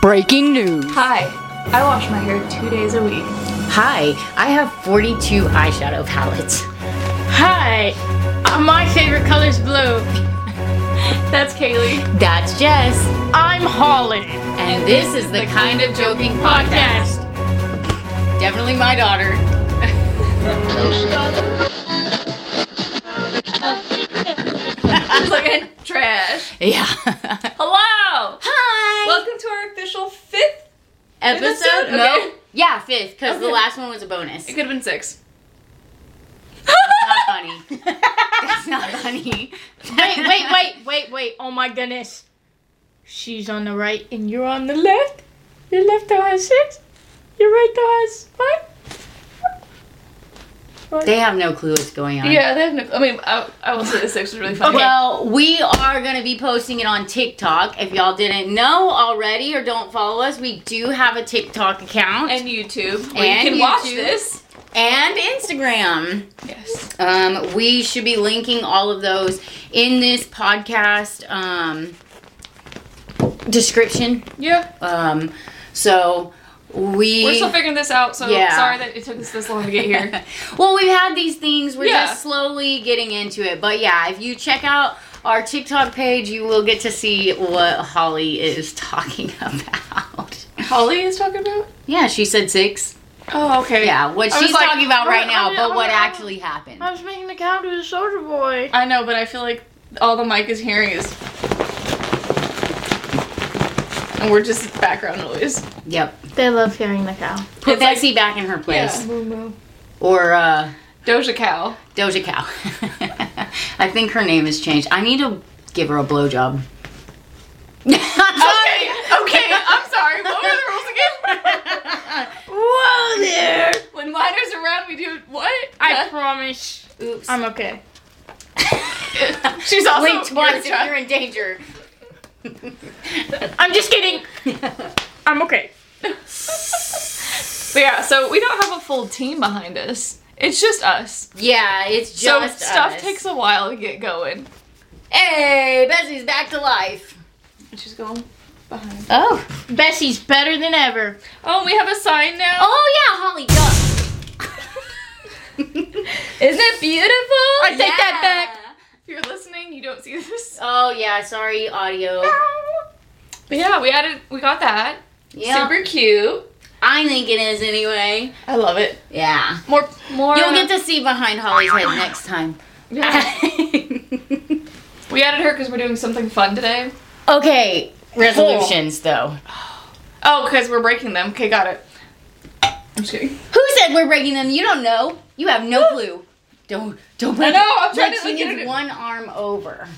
Breaking news. Hi, I wash my hair two days a week. Hi, I have 42 eyeshadow palettes. Hi, uh, my favorite color's blue. That's Kaylee. That's Jess. I'm Holly. And this is the Kind of Joking Podcast. Podcast. Definitely my daughter. Looking trash. Yeah. Hello. Hi. Welcome to our official fifth. episode? episode? No. Okay. Yeah, fifth, because the Okay. last one was a bonus. It could have been six. not funny. That's not funny. Wait, wait, wait, wait, wait. Oh my goodness. She's on the right and you're on the left. Your left toe has six. Your right toe has five. They have no clue what's going on. Yeah, that, I mean, I, I will say the six was really funny. Well, we are going to be posting it on TikTok. If y'all didn't know already or don't follow us, we do have a TikTok account And YouTube, where And you can watch YouTube. this. and Instagram. Yes. Um, we should be linking all of those in this podcast um, description. Yeah. Um, so we. We're still figuring this out, so Yeah. sorry that it took us this long to get here. well, we've had these things. We're Yeah. just slowly getting into it. But yeah, if you check out our TikTok page, you will get to see what Holly is talking about. Holly is talking about. Yeah, she said six. Oh, okay. Yeah, what I was she's like, oh, talking about right I'm- now, I'm- but what I'm- actually happened. I was making the count to the soldier boy. I know, but I feel like all the mic is hearing is. And we're just background noise. Yep. They love hearing the cow. Put It's like- Betsy back in her place. Moo moo. Or, uh,. Doja Cow. Doja Cow. I think her name has changed. I need to give her a blowjob. Okay, okay, I'm sorry. What were the rules again? Whoa there! when Liner's around, we do what? I promise. Oops. I'm okay. She's also Blink twice you're if a child. you're in danger. I'm just kidding. I'm okay. But yeah, so we don't have a full team behind us. It's just us. yeah, it's So just stuff us. takes a while to get going. Hey, Bessie's back to life. She's going behind. Oh. Bessie's better than ever. Oh, we have a sign now. Oh yeah, Holly duck. Isn't it beautiful? Oh, I take that Yeah. back. If you're listening, you don't see this. Oh yeah, sorry audio. But yeah, we added, we got that. Yeah. Super cute. I think it is anyway. I love it. Yeah. More, more. You'll get to see behind Holly's head next time. Yeah. we added her because we're doing something fun today. okay, resolutions though. Oh, because we're breaking them. Okay, got it. I'm just kidding. Who said we're breaking them? You don't know. You have no clue. Don't don't break. I know, it. I'm trying Look, to She look at needs it. one arm over.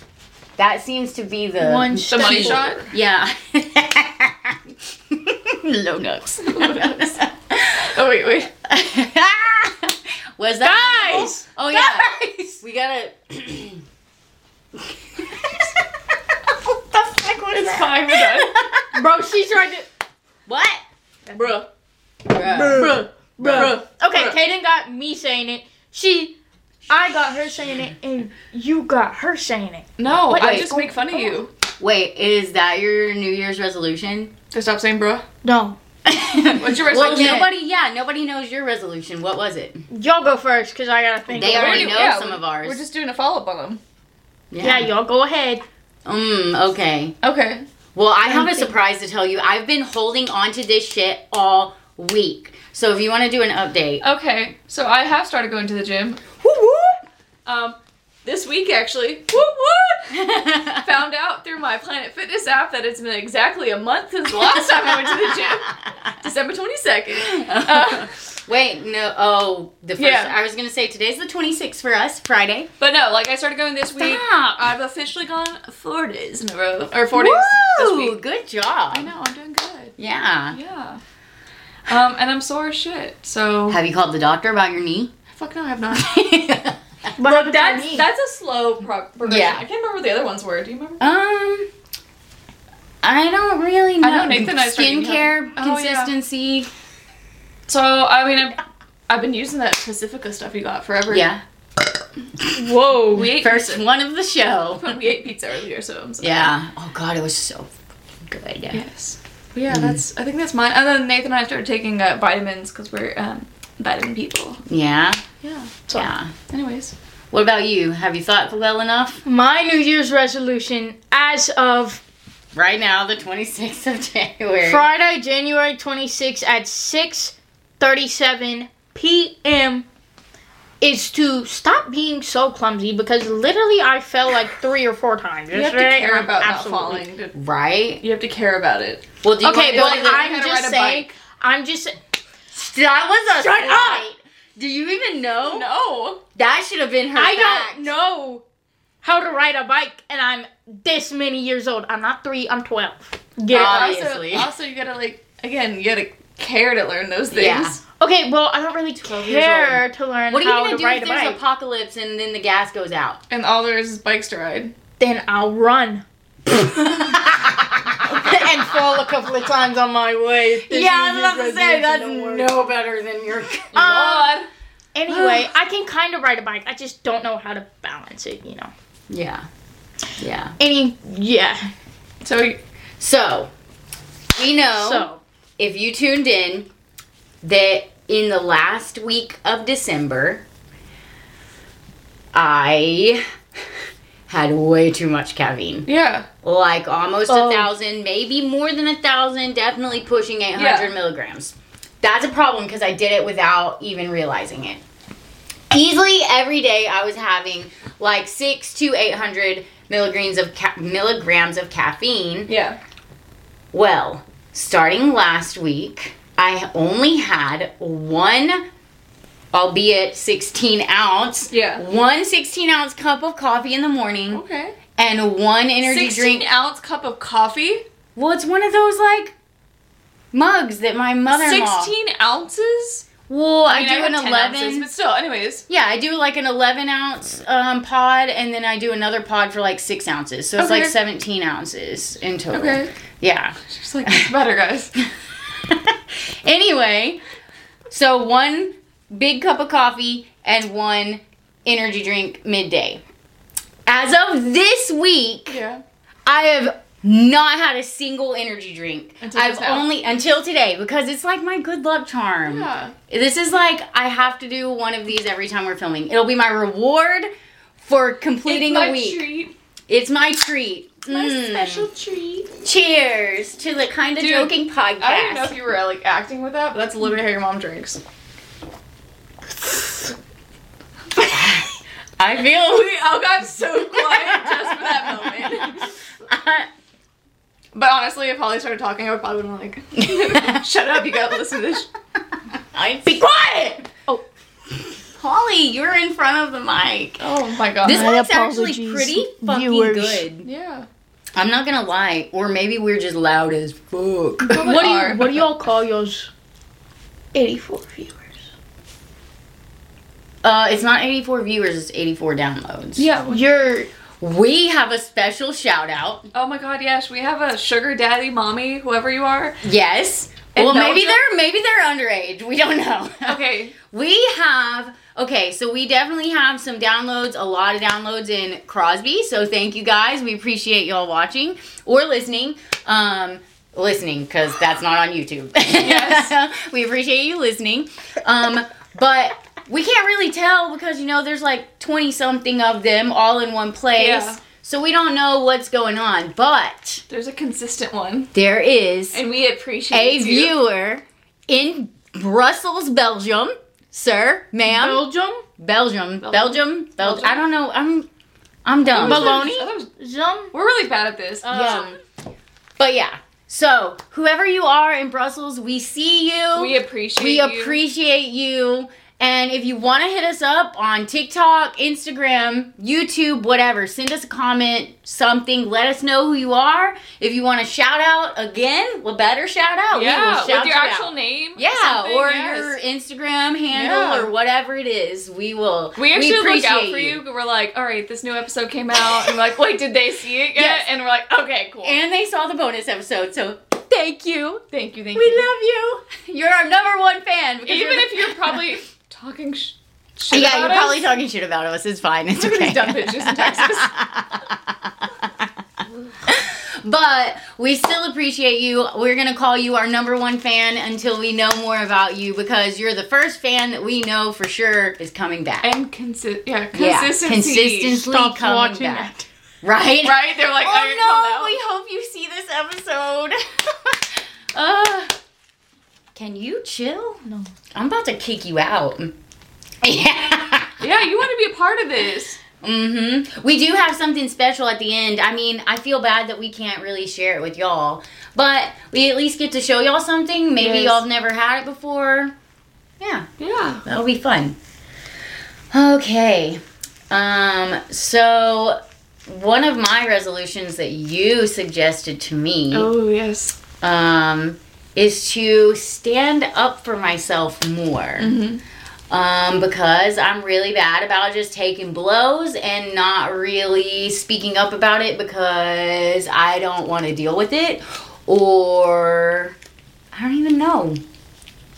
That seems to be the Uh, One The step. money shot. Yeah. Low ducks. Oh wait, wait. Was that Guys! Oh yeah. Guys! We gotta. what the fuck was it's fine. We're Bro, she's trying to. what? done. Bruh. Bruh. Bruh. Bruh. Okay, Bruh. Kaden got me saying it. She, I got her saying it, and you got her saying it. No, Wait, I wait. oh, just make fun of you. Wait, is that your New Year's resolution? To stop saying bruh. No, What's your Well, resolution? nobody. Yeah, nobody knows your resolution. What was it? y'all go first, cause I gotta think. They of it. already do- know some of ours. We're just doing a follow up on them. Yeah, y'all go ahead. Mm, okay. Okay. Well, I have a Anything. surprise to tell you. I've been holding on to this shit all week. So if you want to do an Uh, update, Okay. So I have started going to the gym. Um, this week actually. Woo woo! Found out through my Planet Fitness app that it's been exactly a month since the last time I went to the gym. December 22nd. Uh, Wait, no. Oh, the first. Yeah. I was gonna say today's the 26th for us, Friday. But no, like I started going this week. Stop. I've officially gone four days in a row, or four days this week. good job. I know I'm doing good. Yeah. Yeah. Um, and I'm sore as shit. So Have you called the doctor about your knee? fuck no, I have not. But Look, that's, that's that's a slow pro- progression. Yeah. I can't remember what the other ones were. Do you remember? um. I don't really know. I know Nathan and I started eating skincare healthy. Oh, yeah. consistency. So I mean, I've, I've been using that Pacifica stuff you got forever. Yeah. Whoa. We ate First one of the show. pizza. we ate pizza earlier, so I'm sorry. Yeah. Oh God, it was so good. Yes. But yeah, that's I think that's mine. And then Nathan and I started taking uh, vitamins because we're um, vitamin people. Yeah. Yeah. So, Yeah. anyways, What about you? Have you thought well enough? My New Year's resolution as of Right now, the 26th of January. Friday, January 26th at 6:37 p.m. is to stop being so clumsy because literally I fell like three or four times. you have to yesterday, care and I'm about absolutely- not falling. to- Right? You have to care about it. Well, do you Okay, It's but want to- like learning how I'm to just ride a saying. bike. I'm just. That was a Shut slight. Do you even know? No. That should have been her I fact. don't know how to ride a bike, and I'm this many years old. I'm not three. I'm twelve. Get Uh, it right. Obviously. Also, also, you gotta like again, you gotta care to learn those things. Yeah. Okay, well, I don't really 12 years care to learn What are how you gonna to do ride if a there's bike. apocalypse and then the gas goes out? And all there is is bikes to ride. then I'll run and and fall a couple of times on my way. This Yeah, I was New Year's about to say resolution that's don't work. no better than your. Uh, Lord. Anyway, I can kind of ride a bike. I just don't know how to balance it. You know. yeah, yeah. Any yeah. So we- So we know So if you tuned in that in the last week of December, I had way too much caffeine. yeah. like almost Oh. a thousand, maybe more than a thousand, definitely pushing 800 Yeah. milligrams. That's a problem because I did it without even realizing it. Easily every day I was having like six to 800 milligrams of ca- milligrams of caffeine. Yeah. Well, starting last week, I only had one, albeit 16 ounce, Yeah. one 16 ounce cup of coffee in the morning Okay. and one energy drink Sixteen ounce cup of coffee. well, it's one of those like mugs that my mother-in-law. Sixteen ounces. Well, I, mean, do had an 10 eleven. ounces, but still, anyways. yeah, I do like an eleven ounce um, pod, and then I do another pod for like six ounces. So it's Okay. like seventeen ounces in total. Okay. Yeah. Just like it's better, guys. anyway, so one big cup of coffee and one energy drink midday. As of this week, Yeah. I have not had a single energy drink. Until I've just now. only until today because it's like my good luck charm. Yeah. This is like I have to do one of these every time we're filming. It'll be my reward for completing It's my a week. treat. It's my treat. My Mm. special treat. Cheers to the kind of Dude, joking podcast. I don't know if you were like acting with that, but that's literally how your mom drinks. I feel We all got so quiet just for that moment. But honestly, if Holly started talking, I would probably would like, shut up, you gotta listen to this. I be quiet. Oh. Holly, you're in front of the mic. Oh my god. This My looks actually apologies, pretty fucking viewers. good. yeah. I'm not gonna lie, or maybe we're just loud as fuck. what do are. you what do y'all call yours? Eighty four viewers. Uh, it's not 84 viewers, it's 84 downloads. Yeah. You're We have a special shout out. Oh my god, yes, we have a sugar daddy mommy, whoever you are. Yes. In well, maybe Belgium? they're maybe they're underage. We don't know. Okay. We have okay, so we definitely have some downloads, a lot of downloads in Crosby. So thank you guys. We appreciate y'all watching or listening. Um listening cuz that's not on YouTube. Yes. we appreciate you listening. Um but we can't really tell because you know there's like 20 something of them all in one place. Yeah. So we don't know what's going on, but There's a consistent one. there is And we appreciate a you. viewer in Brussels, Belgium, sir, ma'am. Belgium. Belgium, Belgium, Belgium. Belgium. I don't know. I'm, I'm dumb. Belgium. Baloney? I thought it was- Zum. We're really bad at this. Yeah. But yeah. So whoever you are in Brussels, we see you. we appreciate We you. appreciate you. And if you want to hit us up on TikTok, Instagram, YouTube, whatever, send us a comment, something. Let us know who you are. If you want to shout out again, well, better shout out. We will Yeah, shout with your you actual out. name. Yeah, something, or yes. your Instagram handle Yeah. or whatever it is, we will. We actually look out appreciate for you. We're like, all right, this new episode came out. And we're like, wait, did they see it yet? Yes. And we're like, okay, cool. And they saw the bonus episode, so thank you. thank you, thank We you. love you. You're our number one fan. because Even the- if you're probably talking sh- shit yeah, about you're us, probably talking shit about us. It's fine. It's Look at okay. these dumb bitches in Texas. But we still appreciate you. We're going to call you our number one fan until we know more about you because you're the first fan that we know for sure is coming back. And consi- yeah, Yeah, consistency. consistently Stop coming watching back. that. Right? Right? They're like, I didn't call that oh no, we hope you see this episode. uh, can you chill? No. I'm about to kick you out. Yeah. one. Yeah, you want to be a part of this. Mm-hmm. We do have something special at the end. I mean, I feel bad that we can't really share it with y'all, but we at least get to show y'all something. Maybe Yes. y'all have never had it before. Yeah, Yeah. that'll be fun. Okay. Um, so one of my resolutions that you suggested to me Oh, yes. um, is to stand up for myself more. Mm-hmm. Um, because I'm really bad about just taking blows and not really speaking up about it because I don't want to deal with it or I don't even know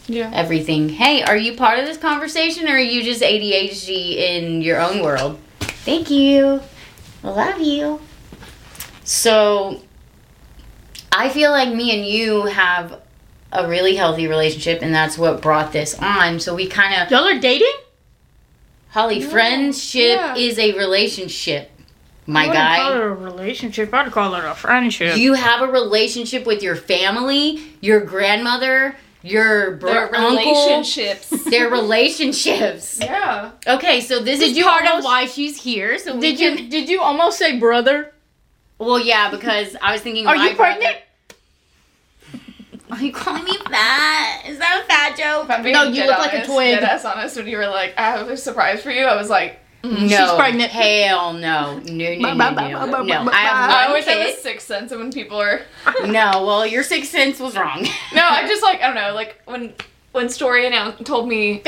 Yeah. everything. Hey, are you part of this conversation or are you just ADHD in your own world? Thank you. I love you. So, I feel like me and you have a really healthy relationship, and that's what brought this on. So, we kind of, Y'all are dating? Holly, friendship yeah. is a relationship, my I wouldn't guy. call it a relationship. I'd call it a friendship. You have a relationship with your family, your grandmother, your Their bro- uncle, relationships. their relationships. yeah. Okay, so this is you part of almost- why she's here. So we did you did you almost say brother? Well, yeah, because I was thinking. Are my you pregnant? brother- Are you calling me fat? Is that a fat joke? If I'm being No, you dead look like a honest, twig. Dead ass honest when you were like, I have a surprise for you. I was like, Mm, No, She's pregnant. Hell no, no, no, no, no, no. no. I I have one always have a kid. sixth sense of when people are. No, well, your sixth sense was wrong. No, I just like I don't know. Like when when Story announced told me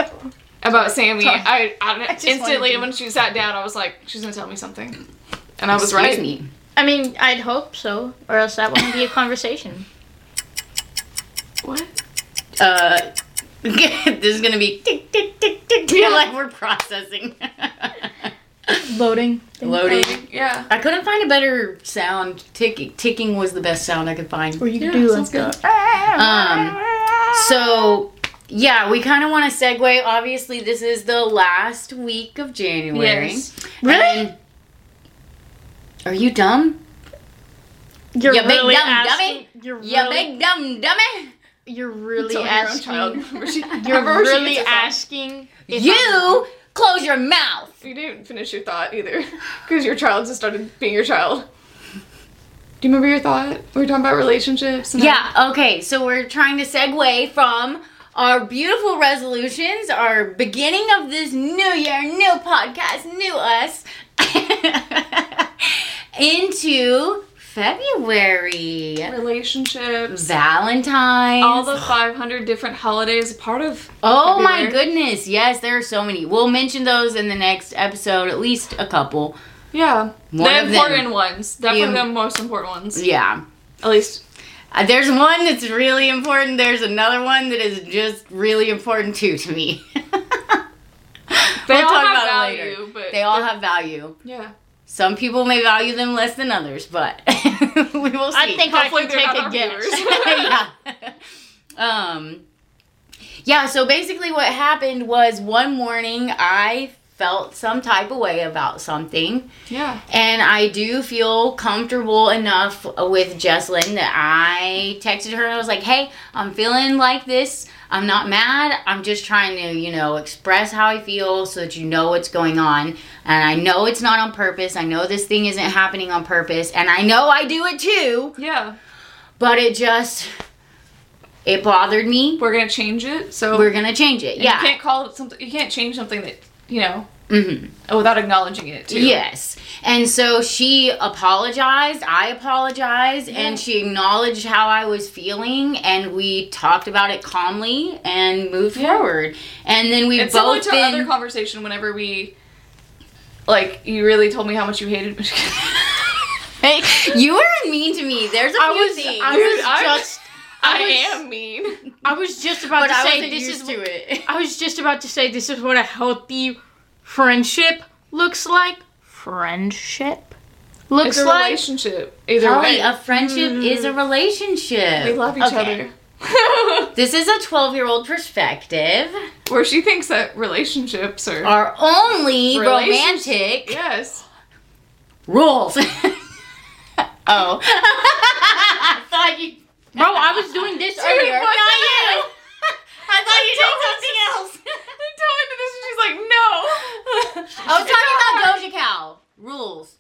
about Sammy, Sorry. I, I, I just wanted instantly to- when she sat down, I was like, she's gonna tell me something, and I was Excuse right. me. I mean, I'd hope so, or else that wouldn't be a conversation. What? Uh, this is gonna be tick tick tick tick. tick, Like we're processing. Loading. Loading. Yeah. I couldn't find a better sound. Tick, ticking was the best sound I could find. Or you Yeah, could do like sounds good. that. Um, so yeah, we kind of want to segue. Obviously, this is the last week of January. Yes. And- are you dumb? You're You big really dumb asking. You're You really, big dumb dummy. You're really Tell your own asking. child. Remember she- You're remember when she really gets a phone? asking. if I'm- You close your mouth. You didn't finish your thought either, because your child just started being your child. Do you remember your thought? We were talking about relationships. And Yeah. Okay. So we're trying to segue from our beautiful resolutions, our beginning of this new year, new podcast, new us, into February. Relationships. Valentine's. All the 500 different holidays, part of. oh my February. goodness, yes, there are so many. We'll mention those in the next episode, at least a couple. Yeah. One the of them. important ones. Definitely The- the most important ones. Yeah. At least. Uh, There's one that's really important. There's another one that is just really important too to me. They We'll all talk have about it value, later. but. They all have value. Yeah. Some people may value them less than others, but we will see. I think Hopefully I they're can not take a our guess. viewers. yeah. Um yeah, so basically what happened was one morning I felt some type of way about something yeah. and I do feel comfortable enough with Jesslyn that I texted her and I was like, "Hey, I'm feeling like this. I'm not mad. I'm just trying to, you know, express how I feel so that you know what's going on. And I know it's not on purpose. I know this thing isn't happening on purpose, and I know I do it too." Yeah. but it just it bothered me We're going to change it. So. we're gonna change it and You yeah can't call it something. You can't change something that, you know, hmm without acknowledging it, too. yes and so she apologized i apologized Yeah. and she acknowledged how i was feeling and we talked about it calmly and moved Yeah. forward and then we've It's similar both to our been other conversation whenever we. Like, you really told me how much you hated Michigan. Hey, you were mean to me there's a I few was. things I Dude, was I- just. I, was- am mean. I was just about but to i say wasn't this used is. to it I was just about to say this is what a healthy friendship looks like. Friendship It's looks a like. relationship. Either Kelly, way, a friendship is a Mm. we relationship. love each Okay. other. This is a 12 year old perspective. Where she thinks that relationships are. Our only Relations- romantic yes. rules. oh. I thought you. Bro, I was doing this earlier. what? Not you. I thought you told did her something else. I told her this, and she's like, I no. was talking about Doja Cow rules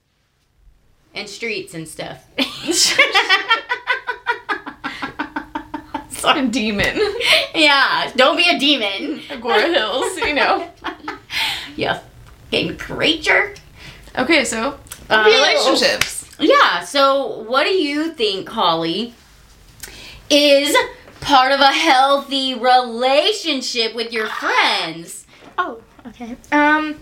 and streets and stuff. Sorry. demon. yeah, don't be a demon. Agora Hills, you know. Yeah, fucking creature. Okay, so Uh, relationships. Yeah. So, what do you think, Holly? Is part of a healthy relationship with your friends? Oh, okay. Um,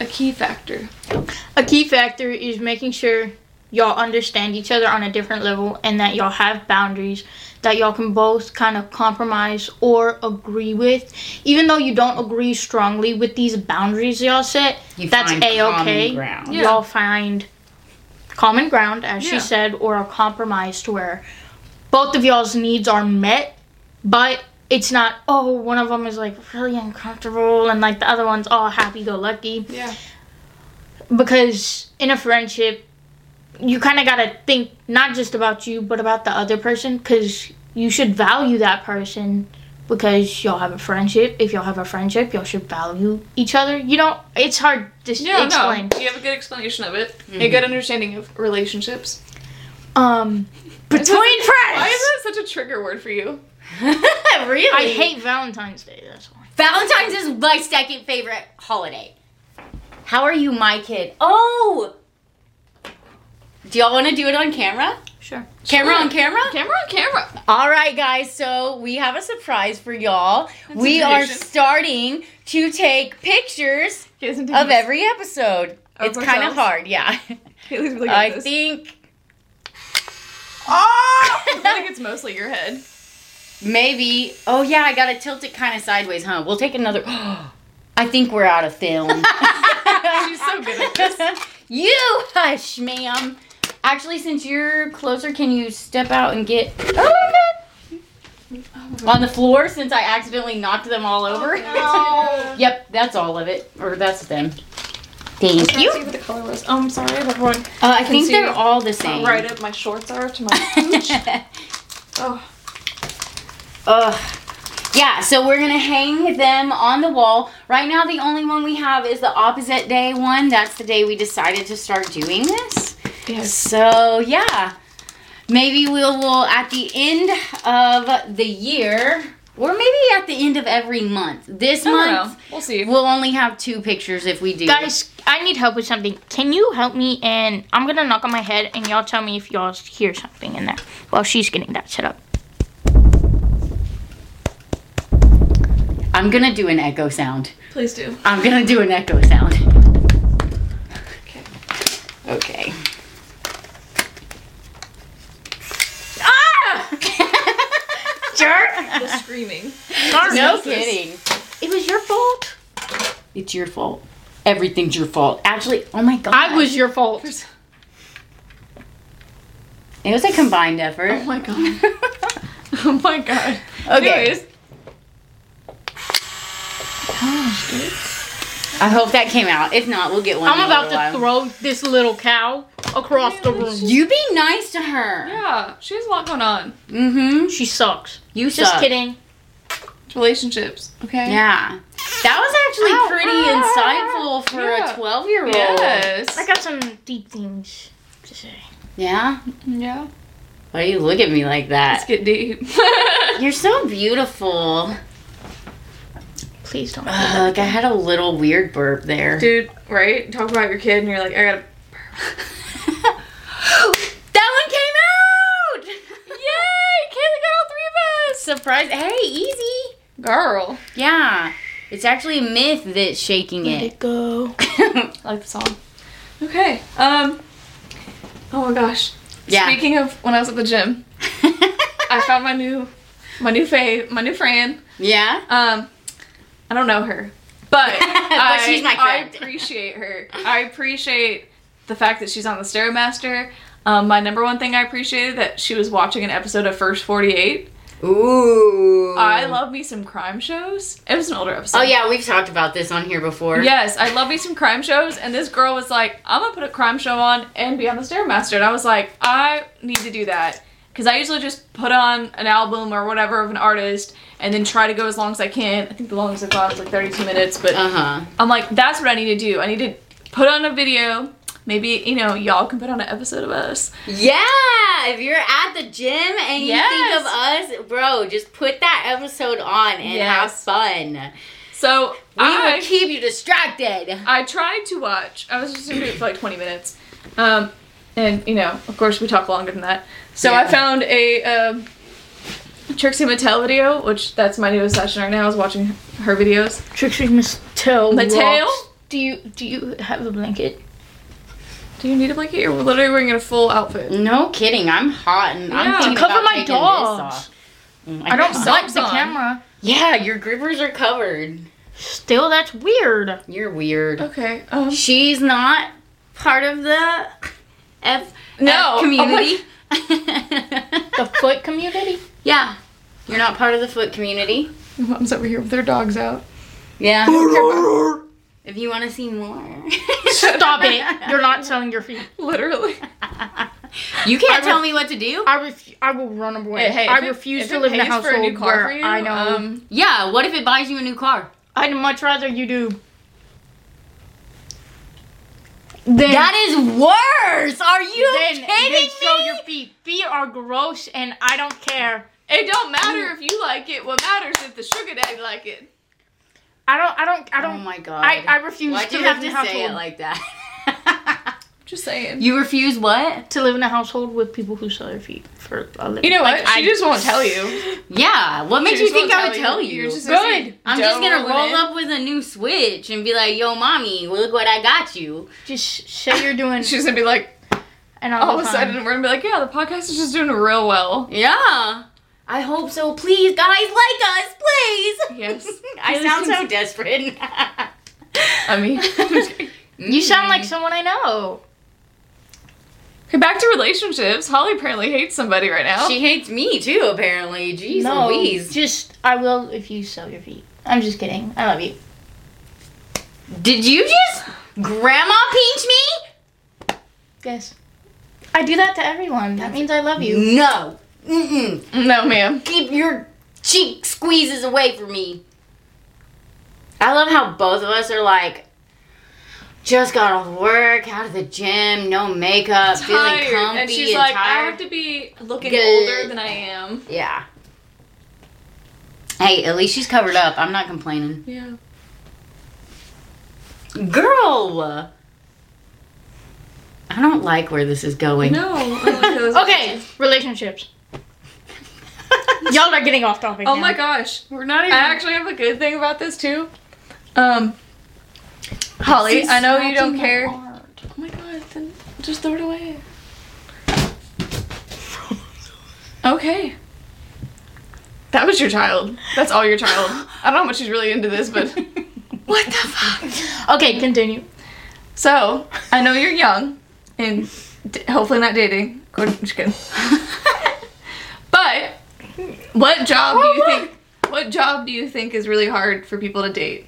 A key factor. a key factor is making sure y'all understand each other on a different level and that y'all have boundaries that y'all can both kind of compromise or agree with. Even though you don't agree strongly with these boundaries y'all set, You that's find a okay. common ground. Yeah. Y'all find common ground, as Yeah. she said, or a compromise to where both of y'all's needs are met, but it's not, oh, one of them is like really uncomfortable and like the other one's all happy go lucky Yeah. because in a friendship you kind of got to think not just about you but about the other person because you should value that person because y'all have a friendship if y'all have a friendship y'all should value each other you know it's hard to s- Yeah, explain no. You have a good explanation of it. A good understanding of relationships. um between This friends is- Why is that such a trigger word for you? really? i hate valentine's day that's why Valentine's is my second favorite holiday. How are you, my kid? Oh! Do y'all want to do it on camera? sure Camera on camera? Camera on camera. All right, guys. So we have a surprise for y'all. we a are tradition. starting to take pictures of every episode. Of it's kind of hard, ourselves? yeah. Haley's really good at I this. think I think it's mostly your head. maybe. Oh yeah, I gotta tilt it kind of sideways, huh? We'll take another. I think we're out of film. She's so good at this. you hush, ma'am. Actually, since you're closer, can you step out and get oh, on the floor since I accidentally knocked them all Oh, over? yep, that's all of it. Or that's them. Thank you. see what the color was. Oh, I'm sorry, everyone. Uh, I think see they're all the same. How right up my shorts are to my pooch. oh, Ugh. Yeah, so we're gonna hang them on the wall. Right now, the only one we have is the opposite day one. That's the day we decided to start doing this. yes. So yeah, maybe we'll will at the end of the year, or maybe at the end of every month. This I don't know. month, We'll see. we'll only have two pictures if we do. guys i need help with something can you help me and i'm gonna knock on my head and y'all tell me if y'all hear something in there while she's getting that set up I'm gonna do an echo sound. Please do. I'm gonna do an echo sound. Okay. Okay. Ah! The Jerk! screaming. No Jesus. kidding. it was your fault It's your fault. Everything's your fault. Actually, oh my god. i was your fault It was a combined Oh effort. my god. Oh my god. Okay. Anyways, I hope that came out. If not, we'll get one. I'm in a about little to throw this little cow across the while. room. You be nice to her. yeah, she has a lot going on. Mm-hmm. She sucks. You Just suck. kidding. Relationships. Okay. Yeah. That was actually Ow. Ah. pretty insightful for Yeah. a 12 year old. Yes. I got some deep things to say. Yeah? yeah. Why do you look at me like Let's that? get deep. You're so beautiful. Please don't. Ugh, like I had a little weird burp there. Dude, right? Talk about your kid and you're like, I gotta. that one came out! Yay! Kaylee got all three of us! Surprise. Hey, easy. Girl. Yeah. It's actually a myth that's shaking it. go. I like the song. Okay. Um. Oh my gosh. yeah. Speaking of when I was at the gym, I found my new, my new fave, my new friend. yeah? Um, I don't know her, But, But I, she's my friend. I appreciate her. I appreciate the fact that she's on the Stairmaster. Um, my number one thing I appreciated that she was watching an episode of First 48. Ooh. I love me some crime shows. It was an older episode. Oh yeah, we've talked about this on here before. Yes, I love me some crime shows. And this girl was like, I'm gonna put a crime show on and be on the Stairmaster. And I was like, I need to do that. Because I usually just put on an album or whatever of an artist and then try to go as long as I can. I think the longest I've gone is like 32 minutes, but Uh huh. I'm like, that's what I need to do. I need to put on a video. Maybe, you know, y'all can put on an episode of us. Yeah, if you're at the gym and you think of us, bro, just put that episode on and have Yes. fun. We So will I, keep you distracted. I tried to watch. I was just gonna do it for like 20 minutes. Um, and, you know, of course, we talk longer than that. So I Yeah. found a um, Trixie Mattel video, which that's my new obsession right now, is watching her videos. Trixie Mattel. Mattel? rocks. Do you do you have a blanket? Do you need a blanket? You're literally wearing a full outfit. No kidding, I'm hot and I'm Yeah. thinking Cover about my taking this dogs. off. Oh my I don't God. want socks the on. camera. Yeah, your grippers are covered. Still, that's weird. You're weird. Okay. Um, She's not part of the F, No. F community. The foot community. yeah, you're not part of the foot community. my mom's over here with her dogs out. Yeah. if you want to see more, Stop it! You're not selling your feet. Literally. you can't tell me what to do. I ref- I will run away. Hey, hey, I if it- refuse if to it live in a pays for household new car where for you, I know. um, Yeah. What if it buys you a new car? I'd much rather you do. Then, That is worse. Are you then, kidding then me? show your feet. Feet are gross, and I don't care. It don't matter if you like it. What matters is if the sugar daddy like it. I don't. I don't. I oh don't. my god. I, I refuse Why'd to you live have in a to say household it like that? Just saying. You, you refuse what? to live in a household with people who sell their feet for a living. know what? Like, she I- just won't tell you. Yeah. What makes She you just think won't I would tell you? You're just Good. I'm don't just gonna rub it roll in. up with a new switch and be like, "Yo, mommy, look what I got you." just say you're doing. She's gonna be like, and I'll all be of a fine. sudden, we're gonna be like, yeah, the podcast is just doing real well. Yeah. I hope so. Please, guys, like us, please. Yes. I Please. sound so desperate. I mean, okay, you sound like someone I know. back to relationships. Holly apparently hates somebody right now. she hates me too. Apparently, jeez Louise. just I will if you sell your feet. I'm just kidding. I love you. Did you just grandma pinch Yes. I do that to everyone. That means I love you. me? No. Mm-mm. no, ma'am. Keep your cheek squeezes away from me. I love how both of us are like. Just got off work, out of the gym, no makeup, feeling comfy and she's like, I tired. have to be looking Good. older than I am. Yeah. Hey, at least she's covered up. I'm not complaining. Yeah. Girl! I don't like where this is going. No. I don't like those Okay, relationships. Y'all are getting off topic. Oh now. my gosh, we're not even. I actually have a good thing about this too. Um, Holly, I know you don't care. Oh my god, then just throw it away. Okay. That was your child. That's all your child. I don't know how much she's really into this, but what the fuck? Okay, continue. So I know you're young and d- hopefully not dating. Or- Just kidding. But what job do you think? What job do you think is really hard for people to date?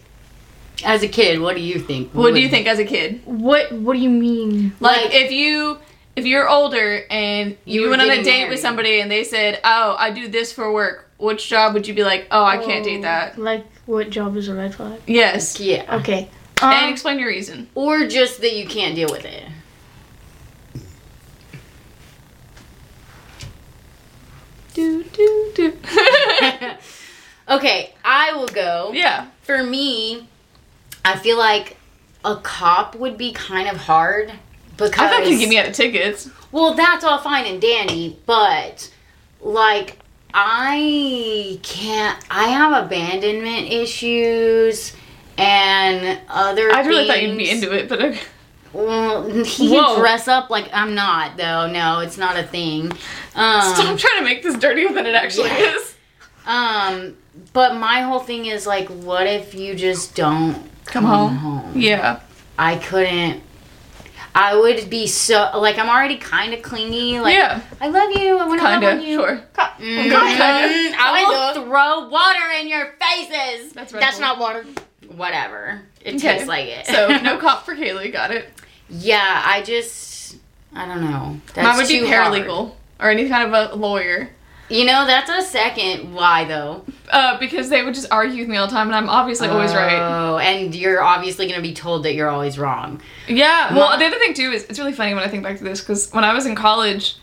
As a kid, what do you think? What do you think as a kid? What What do you mean? Like, Like- if you if you're older and You you, were went on a getting date married. with somebody and they said, "Oh, I do this for work," which job would you be like, "Oh, I can't date that"? Like, what job is a red flag? Yes, Yeah. Okay. and Um, explain your reason. Or just that you can't deal with it. Do do do. okay, I will go. yeah, For me, I feel like a cop would be kind of hard because. I thought you give me out of tickets. Well, that's all fine and dandy, but like I can't. I have abandonment issues and other. I really thought you'd be things. into it, but okay. Well, he Whoa. can dress up like I'm not though. No, it's not a thing. Um, stop trying to make this dirtier than it actually yeah. is. Um, but my whole thing is like, what if you just don't Come home. Yeah. I couldn't. I would be so like I'm already kind of clingy. Like yeah. I love you. I want to love Kinda. on you. Sure. Mm-hmm. Mm, Kinda. I will throw water in your faces. That's right. That's not water. Whatever. It Okay. tastes like it. So no cop for Kaylee. Got it. yeah, I just I don't know. That's Mine would be too hard. paralegal or any kind of a lawyer. You know, that's a second why though. Uh, because they would just argue with me all the time, and I'm obviously always right. Oh, and you're obviously gonna be told that you're always wrong. Yeah. Well, My- the other thing too is it's really funny when I think back to this because when I was in college,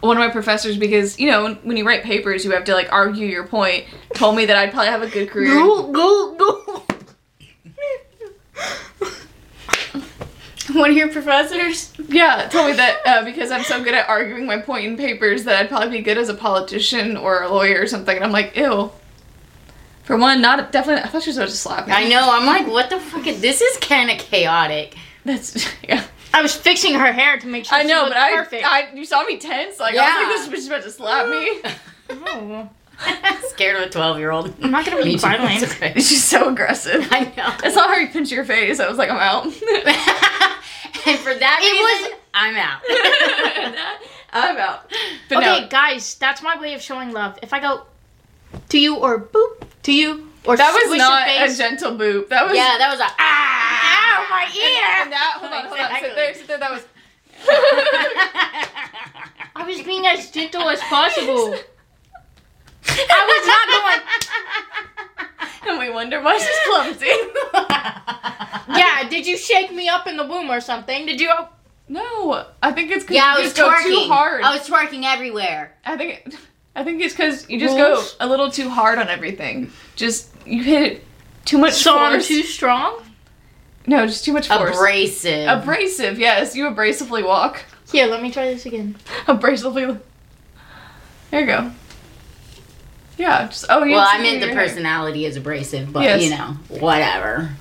one of my professors, because you know when, when you write papers, you have to like argue your point, told me that I'd probably have a good career. Go, go, go. One of your professors? Yeah, told me that uh, because I'm so good at arguing my point in papers that I'd probably be good as a politician or a lawyer or something. And I'm like, ew. For one, not definitely. I thought she was about to slap me. I know. I'm like, what the fuck? Is, this is kind of chaotic. That's yeah. I was fixing her hair to make sure I she know, looked but I, perfect. I, you saw me tense. Like I Yeah. was like, this bitch is about to slap me. Oh, Scared of a 12 year old. I'm not gonna be violent. She's so aggressive. I know. I saw her pinch your face. I was like, I'm out. and for that It reason, I'm out. I'm out. But okay, no, guys, that's my way of showing love. If I go to you or boop to you or that was squish not your a face, gentle boop. That was yeah, that was a ah. ow, my ear! And that hold on, hold on. Sit there, sit there. That was. I was being as gentle as possible. I and we wonder why she's clumsy. Yeah, did you shake me up in the womb or something? Did you? no, I think it's because Yeah, I you was just go too twerking. hard. I was twerking everywhere. I think I think it's because you just Rules? go a little too hard on everything. Just you hit it too much So I'm force. too strong? no, just too much force. Abrasive. Abrasive, yes. You abrasively walk. Here, let me try this again. Abrasively. There you go. Yeah. Just oh. You well, didn't I see meant the your hair. personality is abrasive, but Yes. you know, whatever.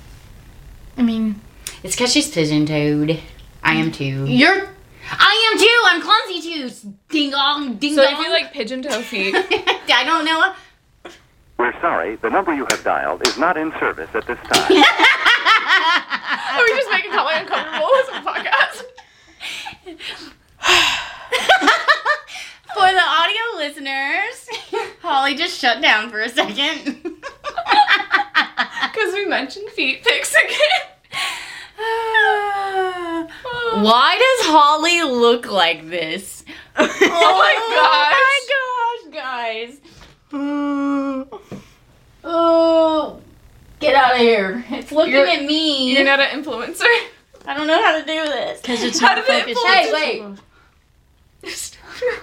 I mean, It's because she's pigeon toed. I am too. you're. I am too. I'm clumsy too. Ding dong, ding So dong. if you like pigeon toe feet, I don't know. We're sorry, the number you have dialed is not in service at this time. are we just making Holly uncomfortable as a podcast? For the audio listeners, Holly just shut down for a second. Because we mentioned feet pics again. oh Why does Holly look like this? Oh my gosh. my guys. Oh, get out of here. It's looking You're- at me. You're not an influencer. I don't know how to do this. Because it's How not did it focused. influence It's Hey, not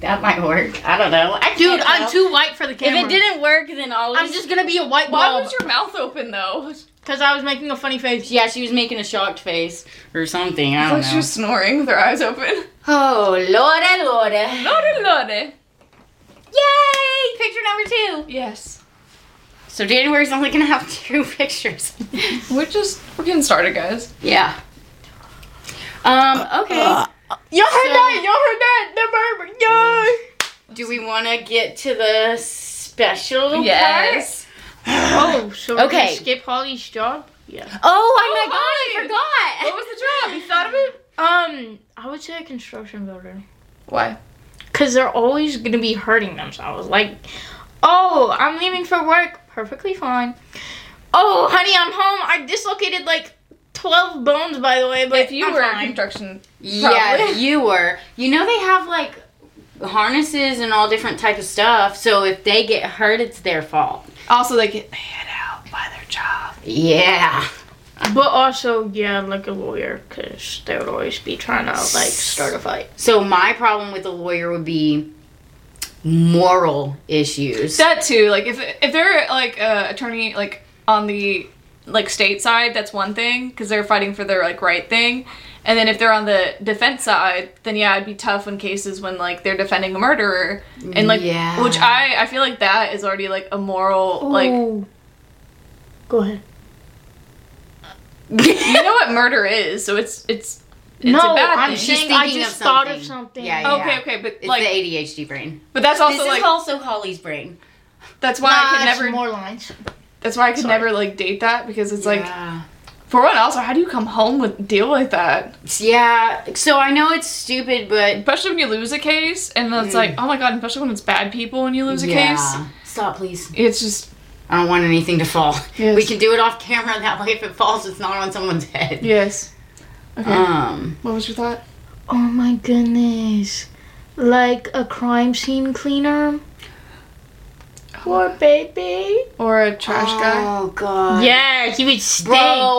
That might work. I don't know. I focused. Dude, I'm too white for the If camera. it didn't work, then I'll I'm just gonna be a white Why blob. was your mouth open though? Because I was making a funny face. Yeah, she was making a shocked face or something. I don't Like know. she was snoring with her eyes open. Oh, lordy, lordy. Lordy, lordy. Yay! Picture number two. Yes. So January's only gonna have two pictures. We're just we're getting started, guys. yeah. Um. Okay. Y'all So- heard that? Y'all heard that? The murmur. Yay! Do we want to get to the special Yes. Oh, so we're Okay. gonna skip Holly's job? part? Oh, oh Oh, my god! I What forgot. was the job? You thought of it? Um, I would say a construction builder. Why? Because they're always going to be hurting themselves. Like, oh, I'm leaving for work. Perfectly fine. Oh, honey, I'm home. I dislocated like 12 bones, by the way. But If you I'm were in fine. construction, Yeah, Probably. you were. You know they have like harnesses and all different type of stuff. So if they get hurt, it's their fault. also they get paid out by their job. Yeah. But also, yeah, like a lawyer, because they would always be trying to, like, start a fight. So my problem with a lawyer would be moral issues. That too. Like if if they're like uh, attorney like on the like state side, that's one thing because they're fighting for their like right thing. And then if they're on the defense side, then yeah, it'd be tough in cases when like they're defending a murderer and like Yeah. which I I feel like that is already like a moral like you Ooh. Go ahead. know what murder is, so it's it's it's no, a bad I'm thing. She's saying I thinking of just thought of something. something. Oh, Yeah, yeah. Okay, okay, but It's like, the ADHD brain. but that's This also is like also Holly's brain. that's why I could never. more lines. that's why I could never like date that because it's like yeah. for one. Also, how do you come home with deal with that? yeah. So I know it's stupid, but Especially when you lose a case, and then it's like, oh my god. Especially when it's bad people and you lose a case. yeah. Stop, please. It's just I don't want anything to fall. Yes. We can do it off camera. That way, if it falls, it's not on someone's head. yes. Okay. Um. what was your thought? Oh my goodness. Like a crime scene cleaner. Poor baby. Or a trash guy? Oh God. Yeah, he would stay. Bro,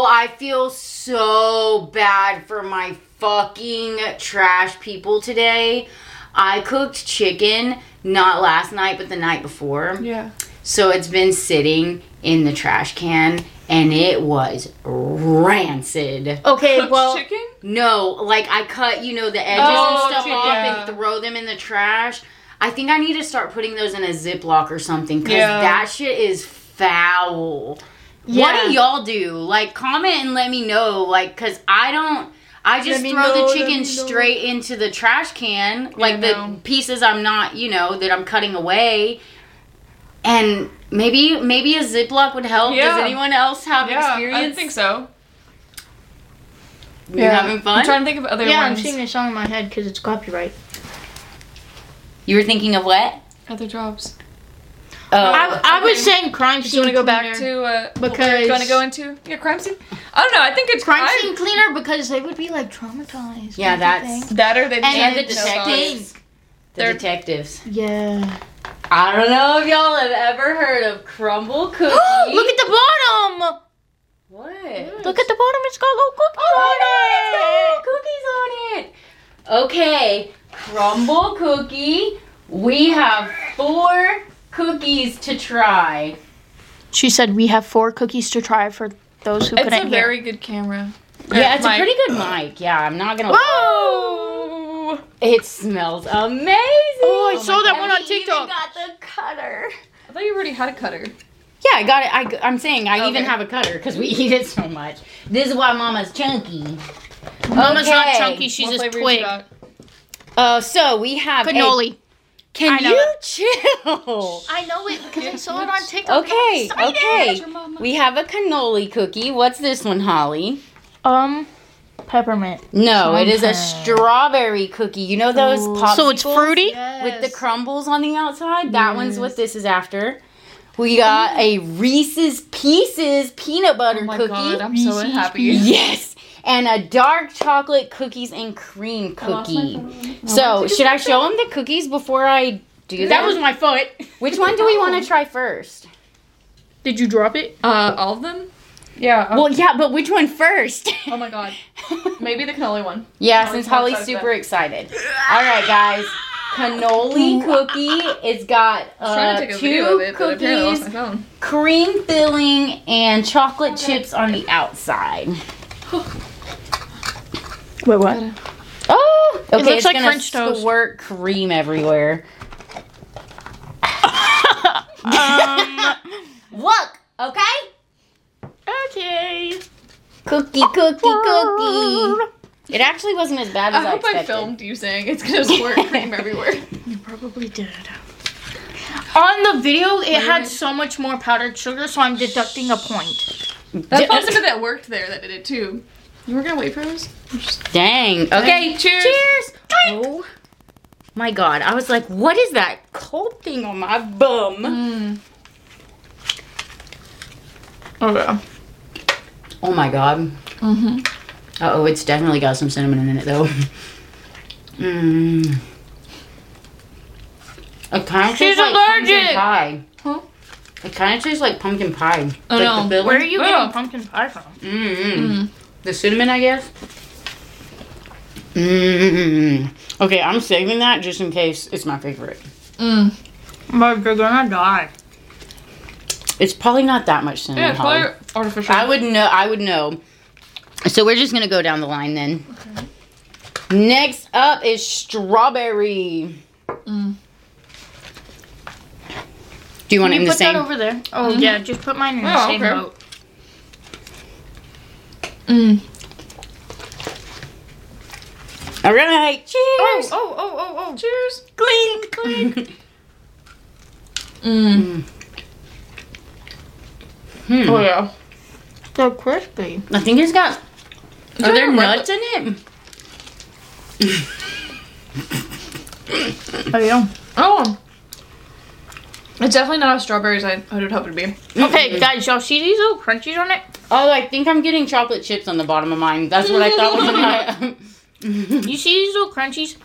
I feel so bad for my fucking trash people today. I cooked chicken not last night, but the night before. Yeah. So it's been sitting in the trash can and it was rancid. Okay, Cooked well, chicken? No, like I cut, you know, the edges Oh, and stuff chicken. off Yeah. and throw them in the trash. I think I need to start putting those in a Ziploc or something because Yeah. that shit is foul. What do yeah. y'all do? Like, comment and let me know. Like, cause I don't. I just Let me throw know, the let me chicken know. straight into the trash can, like the no. pieces I'm not, you know, that I'm cutting away. And maybe maybe a Ziploc would help. Yeah. Does anyone else have Yeah, experience? I think so. You having fun? I'm trying to think of other Yeah, I'm ones. seeing this song in my head because it's copyright. you were thinking of what? other jobs. Oh, I, I was Okay. saying crime Do you scene want to cleaner. go back to uh, Because- do you want to go into your crime scene? I don't know. I think it's crime I- scene cleaner because they would be like traumatized. Yeah, don't you that's- think? that or they just and have the no thoughts. detectives. The They're- detectives. Yeah. I don't know if y'all have ever heard of crumble cookie. Look at the bottom! what? Look at the bottom, it's got little cookies Oh, no, it's got little cookies on it. Okay, crumble cookie. We have four cookies to try. She said we have four cookies to try for those who It's couldn't a hear. very good camera. Yeah, it's Mic. a pretty good mic. Yeah, I'm not gonna. Whoa! It smells amazing. Oh, I saw that one on TikTok. got the cutter. I thought you already had a cutter. Yeah, I got it. I, g- I'm saying I even Okay. have a cutter because we eat it so much. This is why Mama's chunky. Mama's not Okay. chunky, she's What just flavor you twig. got? Uh, so we have a- Cannoli. Can I you know chill? I know it because I saw it on TikTok. Okay, okay. Your mama. We have a cannoli cookie. What's this one, Holly? Um, peppermint. No, it is a Sometimes. strawberry cookie. You know those pop So it's fruity. with the crumbles on the outside? That one's what this is after. We got a Reese's Pieces peanut butter Oh my cookie. god, I'm so unhappy. yes. And a dark chocolate cookies and cream cookie. So, should I show them the cookies before I do that? my foot. Which one do we want to try first? Did you drop it? Uh, all of them? Yeah. uh, Well, yeah, but which one first? oh my god. Maybe the cannoli one. Yeah, Holly's since more Holly's excited super excited. All right, guys. Cannoli cookie. It's got I was trying uh, to take a two video of it, but apparently I lost cookies, my phone. cream filling, and chocolate chips on the outside. Wait, what? Oh, okay. looks it's like gonna French toast. squirt cream everywhere. Um, Look, okay. Okay. Cookie, cookie, cookie. It actually wasn't as bad as I I, hope I expected. filmed you saying it's gonna squirt cream everywhere. You probably did. On the video, it had so much more powdered sugar, so I'm deducting a point. That's possibly that worked there that did it too. You were gonna wait for us? Dang. Okay. cheers. Cheers. Oh my god. I was like, what is that cold thing on my bum? Mm. Oh yeah. Oh my god. Mm-hmm. Uh oh, it's definitely got some cinnamon in it though. Mmm. It kind of She's tastes like allergic. pumpkin pie. Huh? It kind of tastes like pumpkin pie. I know. The Where are you Yeah. getting pumpkin pie from? mm mm. The cinnamon, I guess. Mmm. Okay, I'm saving that just in case it's my favorite. Mm. But you're gonna die. It's probably not that much cinnamon. Yeah, it's Holly. probably artificial. I would know. I would know. So we're just gonna go down the line then. Next up is strawberry. Mm. Do you want Can it in you put the same? that over there? Oh yeah, just put mine in the Oh, same okay. boat. Mm. All right. Cheers. Oh, oh, oh, oh, oh. Cheers. Clink, clink. Mm. Hmm. Oh, yeah. So crispy. I think it's got. there Are there a red nuts in it? Oh yeah. Oh. It's definitely not as strawberry as I, I would hope it'd be. Okay, guys, y'all see these little crunchies on it? Oh, I think I'm getting chocolate chips on the bottom of mine. That's what I thought was in it. You see these little crunchies?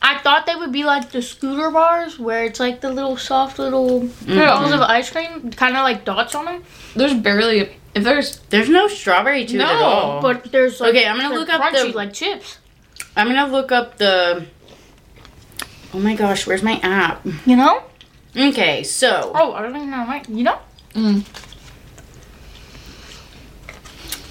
I thought they would be like the scooter bars, where it's like the little soft little Mm-hmm. balls of ice cream, kind of like dots on them. There's barely. If there's. There's no strawberry to it at No, all. But there's like Okay, I'm gonna they're look up crunchy the- like chips. I'm gonna look up the. Oh my gosh, where's my app? You know? Okay, so Oh, I don't even know. Right? You know?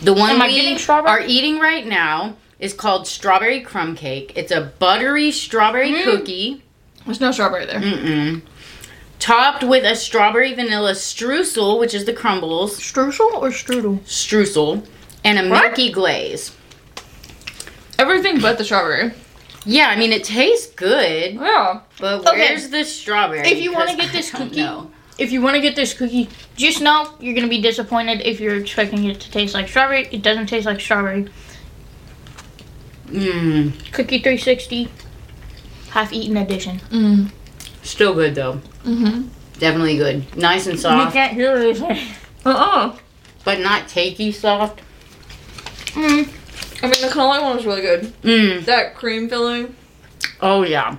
the one Am I we getting strawberry? are eating right now is called strawberry crumb cake. It's a buttery strawberry cookie, There's no strawberry there. Mm-mm. topped with a strawberry vanilla streusel, which is the crumbles Streusel or strudel? streusel, and a What? milky glaze. Everything but the strawberry. Yeah, I mean it tastes good, Yeah. but Okay. where's the strawberry? If you wanna Because get this I don't cookie- know. If you want to get this cookie, just know you're gonna be disappointed if you're expecting it to taste like strawberry. It doesn't taste like strawberry. mm, Cookie 360, half eaten edition. Mm. still good though, Mm-hmm. definitely good, nice and You soft, can't hear it. Uh-uh. but not cakey soft. Mm. I mean, the cannoli one was really good. Mm. That cream filling. Oh yeah.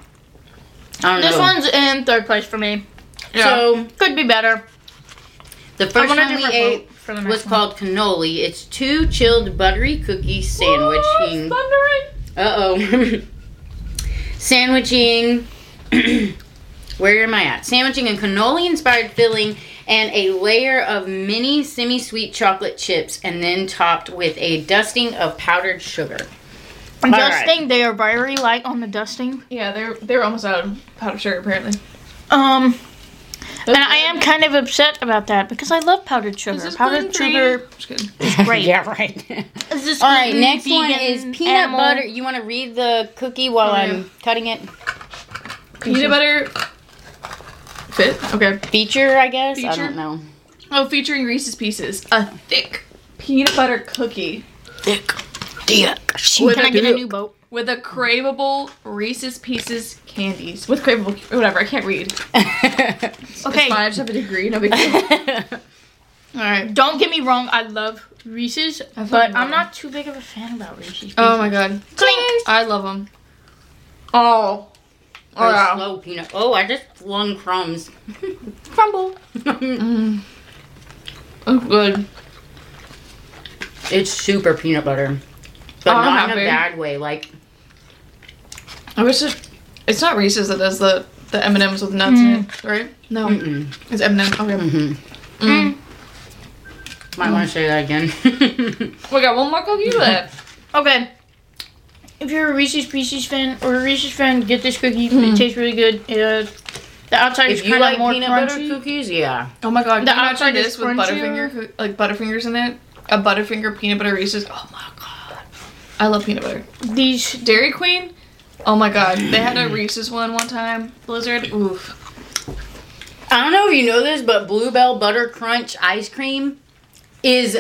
I don't This know. one's in third place for me. So Could be better. the I first want a one we different ate vote for the was next one. called cannoli. It's two chilled buttery cookie sandwiching. Thundering. Uh oh. sandwiching. Where am I at? Sandwiching a cannoli inspired filling and a layer of mini semi sweet chocolate chips, and then topped with a dusting of powdered sugar. And All dusting, they are very light on the dusting. Yeah, they're they're almost out of powdered sugar apparently. Um, and I am kind of upset about that because I love powdered sugar. This is powdered gluten-free. sugar Just kidding. is great. yeah, right. Is this All right, gluten, next one vegan, is peanut animal? butter. You want to read the cookie while Oh, yeah. I'm cutting it? Peanut butter. Fit. Okay. Feature, I guess. I Feature? don't know. Oh, featuring Reese's Pieces, a thick peanut butter cookie Thick, thick. with Can I get a new boat? with a craveable Reese's Pieces candies with craveable whatever. I can't read. Okay. It's fine. I just have a degree. No big deal. All right. Don't get me wrong. I love Reese's, but fucking love I'm not too big of a fan about Reese's. oh my god. Clink. I love them. Oh. Oh Very yeah. slow peanut. Oh, I just flung crumbs. Crumble. Mm. Oh, good. it's super peanut butter, but I'm not in a happy. bad way. Like I wish it, it's not Reese's that does the the M and M's with nuts in it, right? No, mm-mm. it's M and M's. Okay. Mm-hmm. Mm. Mm. might want to say that again. We got one more cookie left. Okay. If you're a Reese's Pieces fan or a Reese's fan, get this cookie. It tastes really good. Uh, the outside is if you kind of like more peanut butter crunchy. cookies, yeah, Oh my god. The The outside outside this is with crunchier. Butterfinger, coo- like Butterfingers in it. A Butterfinger peanut butter Reese's. Oh my god. I love peanut butter. These Dairy Queen. Oh my god. They had a Reese's one one time. Blizzard. Oof. I don't know if you know this, but Bluebell Butter Crunch ice cream is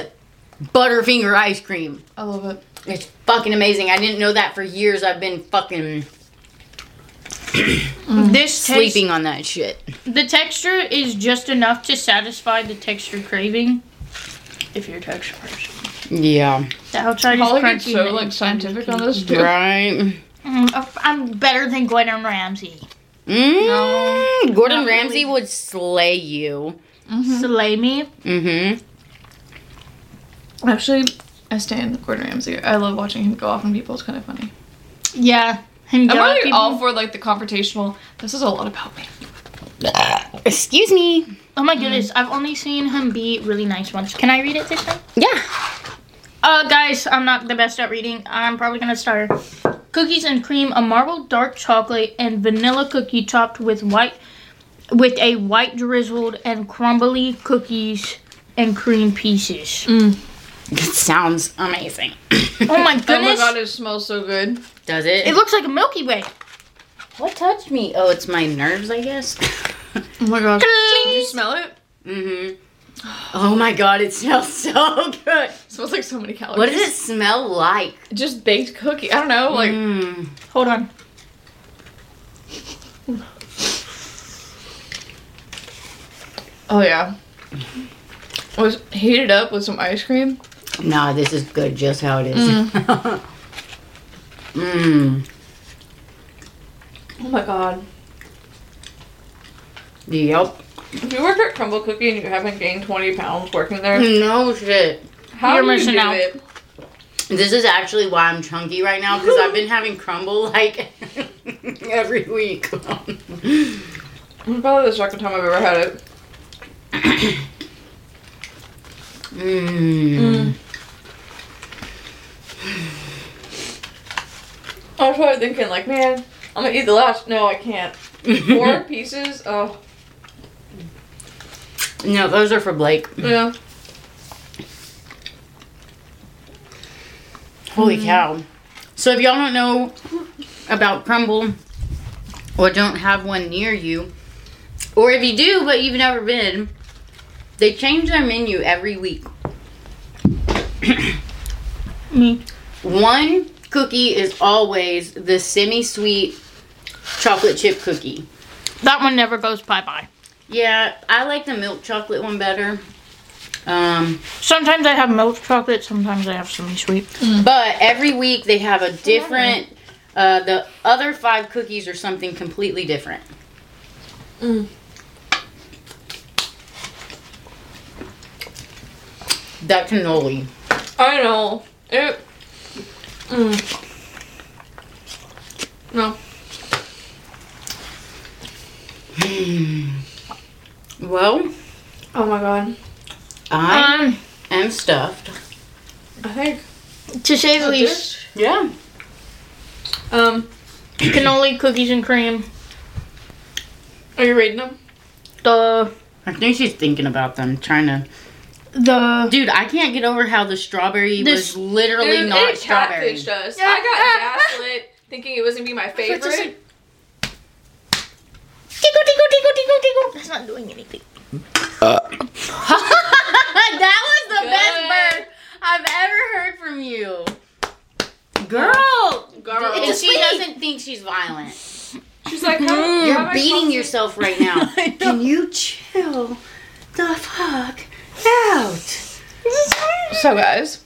Butterfinger ice cream. I love it. It's fucking amazing. I didn't know that for years. I've been fucking this tastes sleeping on that shit. The texture is just enough to satisfy the texture craving. If you're a texture person, Yeah. the outside is Holly crunchy. gets so and like the inside is scientific pink. on this too. Right. Mm, I'm better than Gordon Ramsay. Mm, No, Gordon not Ramsay really. would slay you. Slay me. Mm-hmm. Actually, I stand Gordon Ramsay. I love watching him go off on people. It's kind of funny. Yeah, him I'm yell at really people. all for like the confrontational. This is a lot about me. Excuse me. oh my goodness, I've only seen him be really nice once. Can I read it this time? Yeah. Uh, guys, I'm not the best at reading. I'm probably gonna start. Cookies and cream, a marbled dark chocolate, and vanilla cookie topped with white, with a white drizzled and crumbly cookies and cream pieces. Mm. It sounds amazing. Oh my Oh my goodness. god, it smells so good. Does it? it looks like a Milky Way. what touched me? Oh, it's my nerves, I guess. Oh my gosh. Did you smell it? mm-hmm. Oh my god, it smells so good. It smells like so many calories. What does it smell like? Just baked cookie. I don't know. Like, Mm. Hold on. oh yeah. It was heated up with some ice cream. Nah, this is good just how it is. Mmm. mm. Oh my god. Yep. If you work at Crumble Cookie and you haven't gained 20 pounds working there, No shit. how Mm. You're do you missing do out. it? This is actually why I'm chunky right now because I've been having crumble like every week. It's probably the second time I've ever had it. Mmm. I was probably thinking, like, man, I'm gonna eat the last. No, I can't. Four pieces? Oh, no, those are for Blake. yeah. Holy cow. So if y'all don't know about crumble or don't have one near you, or if you do but you've never been, they change their menu every week. Me. One cookie is always the semi sweet chocolate chip cookie. That one never goes bye bye. Yeah, I like the milk chocolate one better. Um, Sometimes I have milk chocolate, sometimes I have semi sweet. but every week they have a different, uh, the other five cookies are something completely different. Mm. That cannoli. I know. It. Mm. No. Well, Oh my god. I Um, am stuffed. I think. to say the Oh, least, Yeah. Um, cannoli cookies and cream. are you reading them? The I think she's thinking about them, trying to. the Dude, I can't get over how the strawberry was This- literally Dude, not it strawberry. catfished us. Yeah. I got gaslit thinking it was gonna be my forgot to favorite. tickle tickle tickle tickle tickle. That's not doing anything. that was the Good. best burp I've ever heard from you. Girl! Garble. And she sweet. doesn't think she's violent. She's like, how, how am You're I beating supposed yourself right now. I know. Can you chill the fuck out? to-" So guys,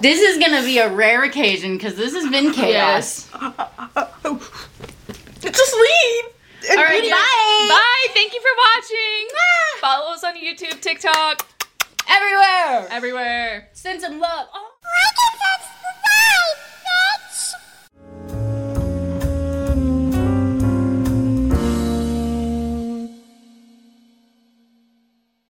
This is gonna be a rare occasion because this has been chaos. It's asleep. All right, bye. bye. Thank you for watching. Ah! Follow us on YouTube, TikTok, Everywhere. everywhere. Send some love. Oh.